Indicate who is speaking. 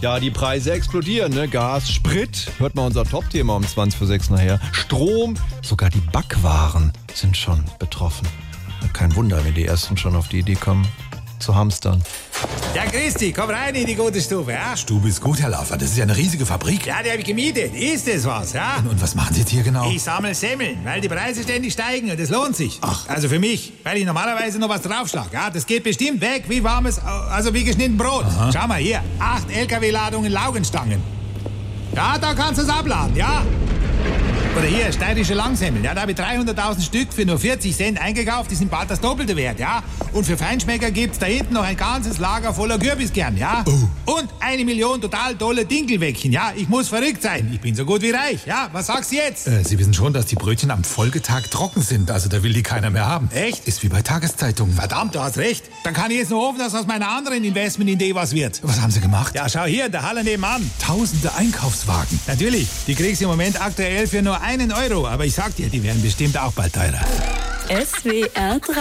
Speaker 1: Ja, die Preise explodieren, ne? Gas, Sprit, hört mal unser Top-Thema um 20 vor 6 nachher. Strom, sogar die Backwaren sind schon betroffen. Kein Wunder, wenn die Ersten schon auf die Idee kommen, zu hamstern.
Speaker 2: Ja, Christi, komm rein in die gute Stube, ja?
Speaker 3: Du bist gut, Herr Laufer. Das ist ja eine riesige Fabrik.
Speaker 2: Ja, die habe ich gemietet. Ist das was, ja?
Speaker 3: Und was machen Sie jetzt hier genau?
Speaker 2: Ich sammle Semmeln, weil die Preise ständig steigen und es lohnt sich. Ach. Also für mich, weil ich normalerweise noch was draufschlag. Ja, das geht bestimmt weg wie warmes, also wie geschnitten Brot. Schau mal hier, acht LKW-Ladungen Laugenstangen. Ja, da kannst du es abladen, ja? Oder hier, steirische Langsemmeln. Ja, da habe ich 300.000 Stück für nur 40 Cent eingekauft. Die sind bald das Doppelte wert, ja? Und für Feinschmecker gibt's da hinten noch ein ganzes Lager voller Kürbiskern, ja? Und eine Million total dolle Dinkelwäckchen, ja? Ich muss verrückt sein. Ich bin so gut wie reich, ja? Was sagst du jetzt?
Speaker 3: Äh, Sie wissen schon, dass die Brötchen am Folgetag trocken sind. Also da will die keiner mehr haben.
Speaker 2: Echt?
Speaker 3: Ist wie bei Tageszeitungen.
Speaker 2: Verdammt, du hast recht. Dann kann ich jetzt nur hoffen, dass aus meiner anderen Investmentidee was wird.
Speaker 3: Was haben Sie gemacht?
Speaker 2: Ja, schau hier, in der Halle nebenan.
Speaker 3: Tausende Einkaufswagen.
Speaker 2: Natürlich, die kriegst du im Moment aktuell für nur einen Euro. Aber ich sag dir, die werden bestimmt auch bald teurer.
Speaker 4: SWR 3.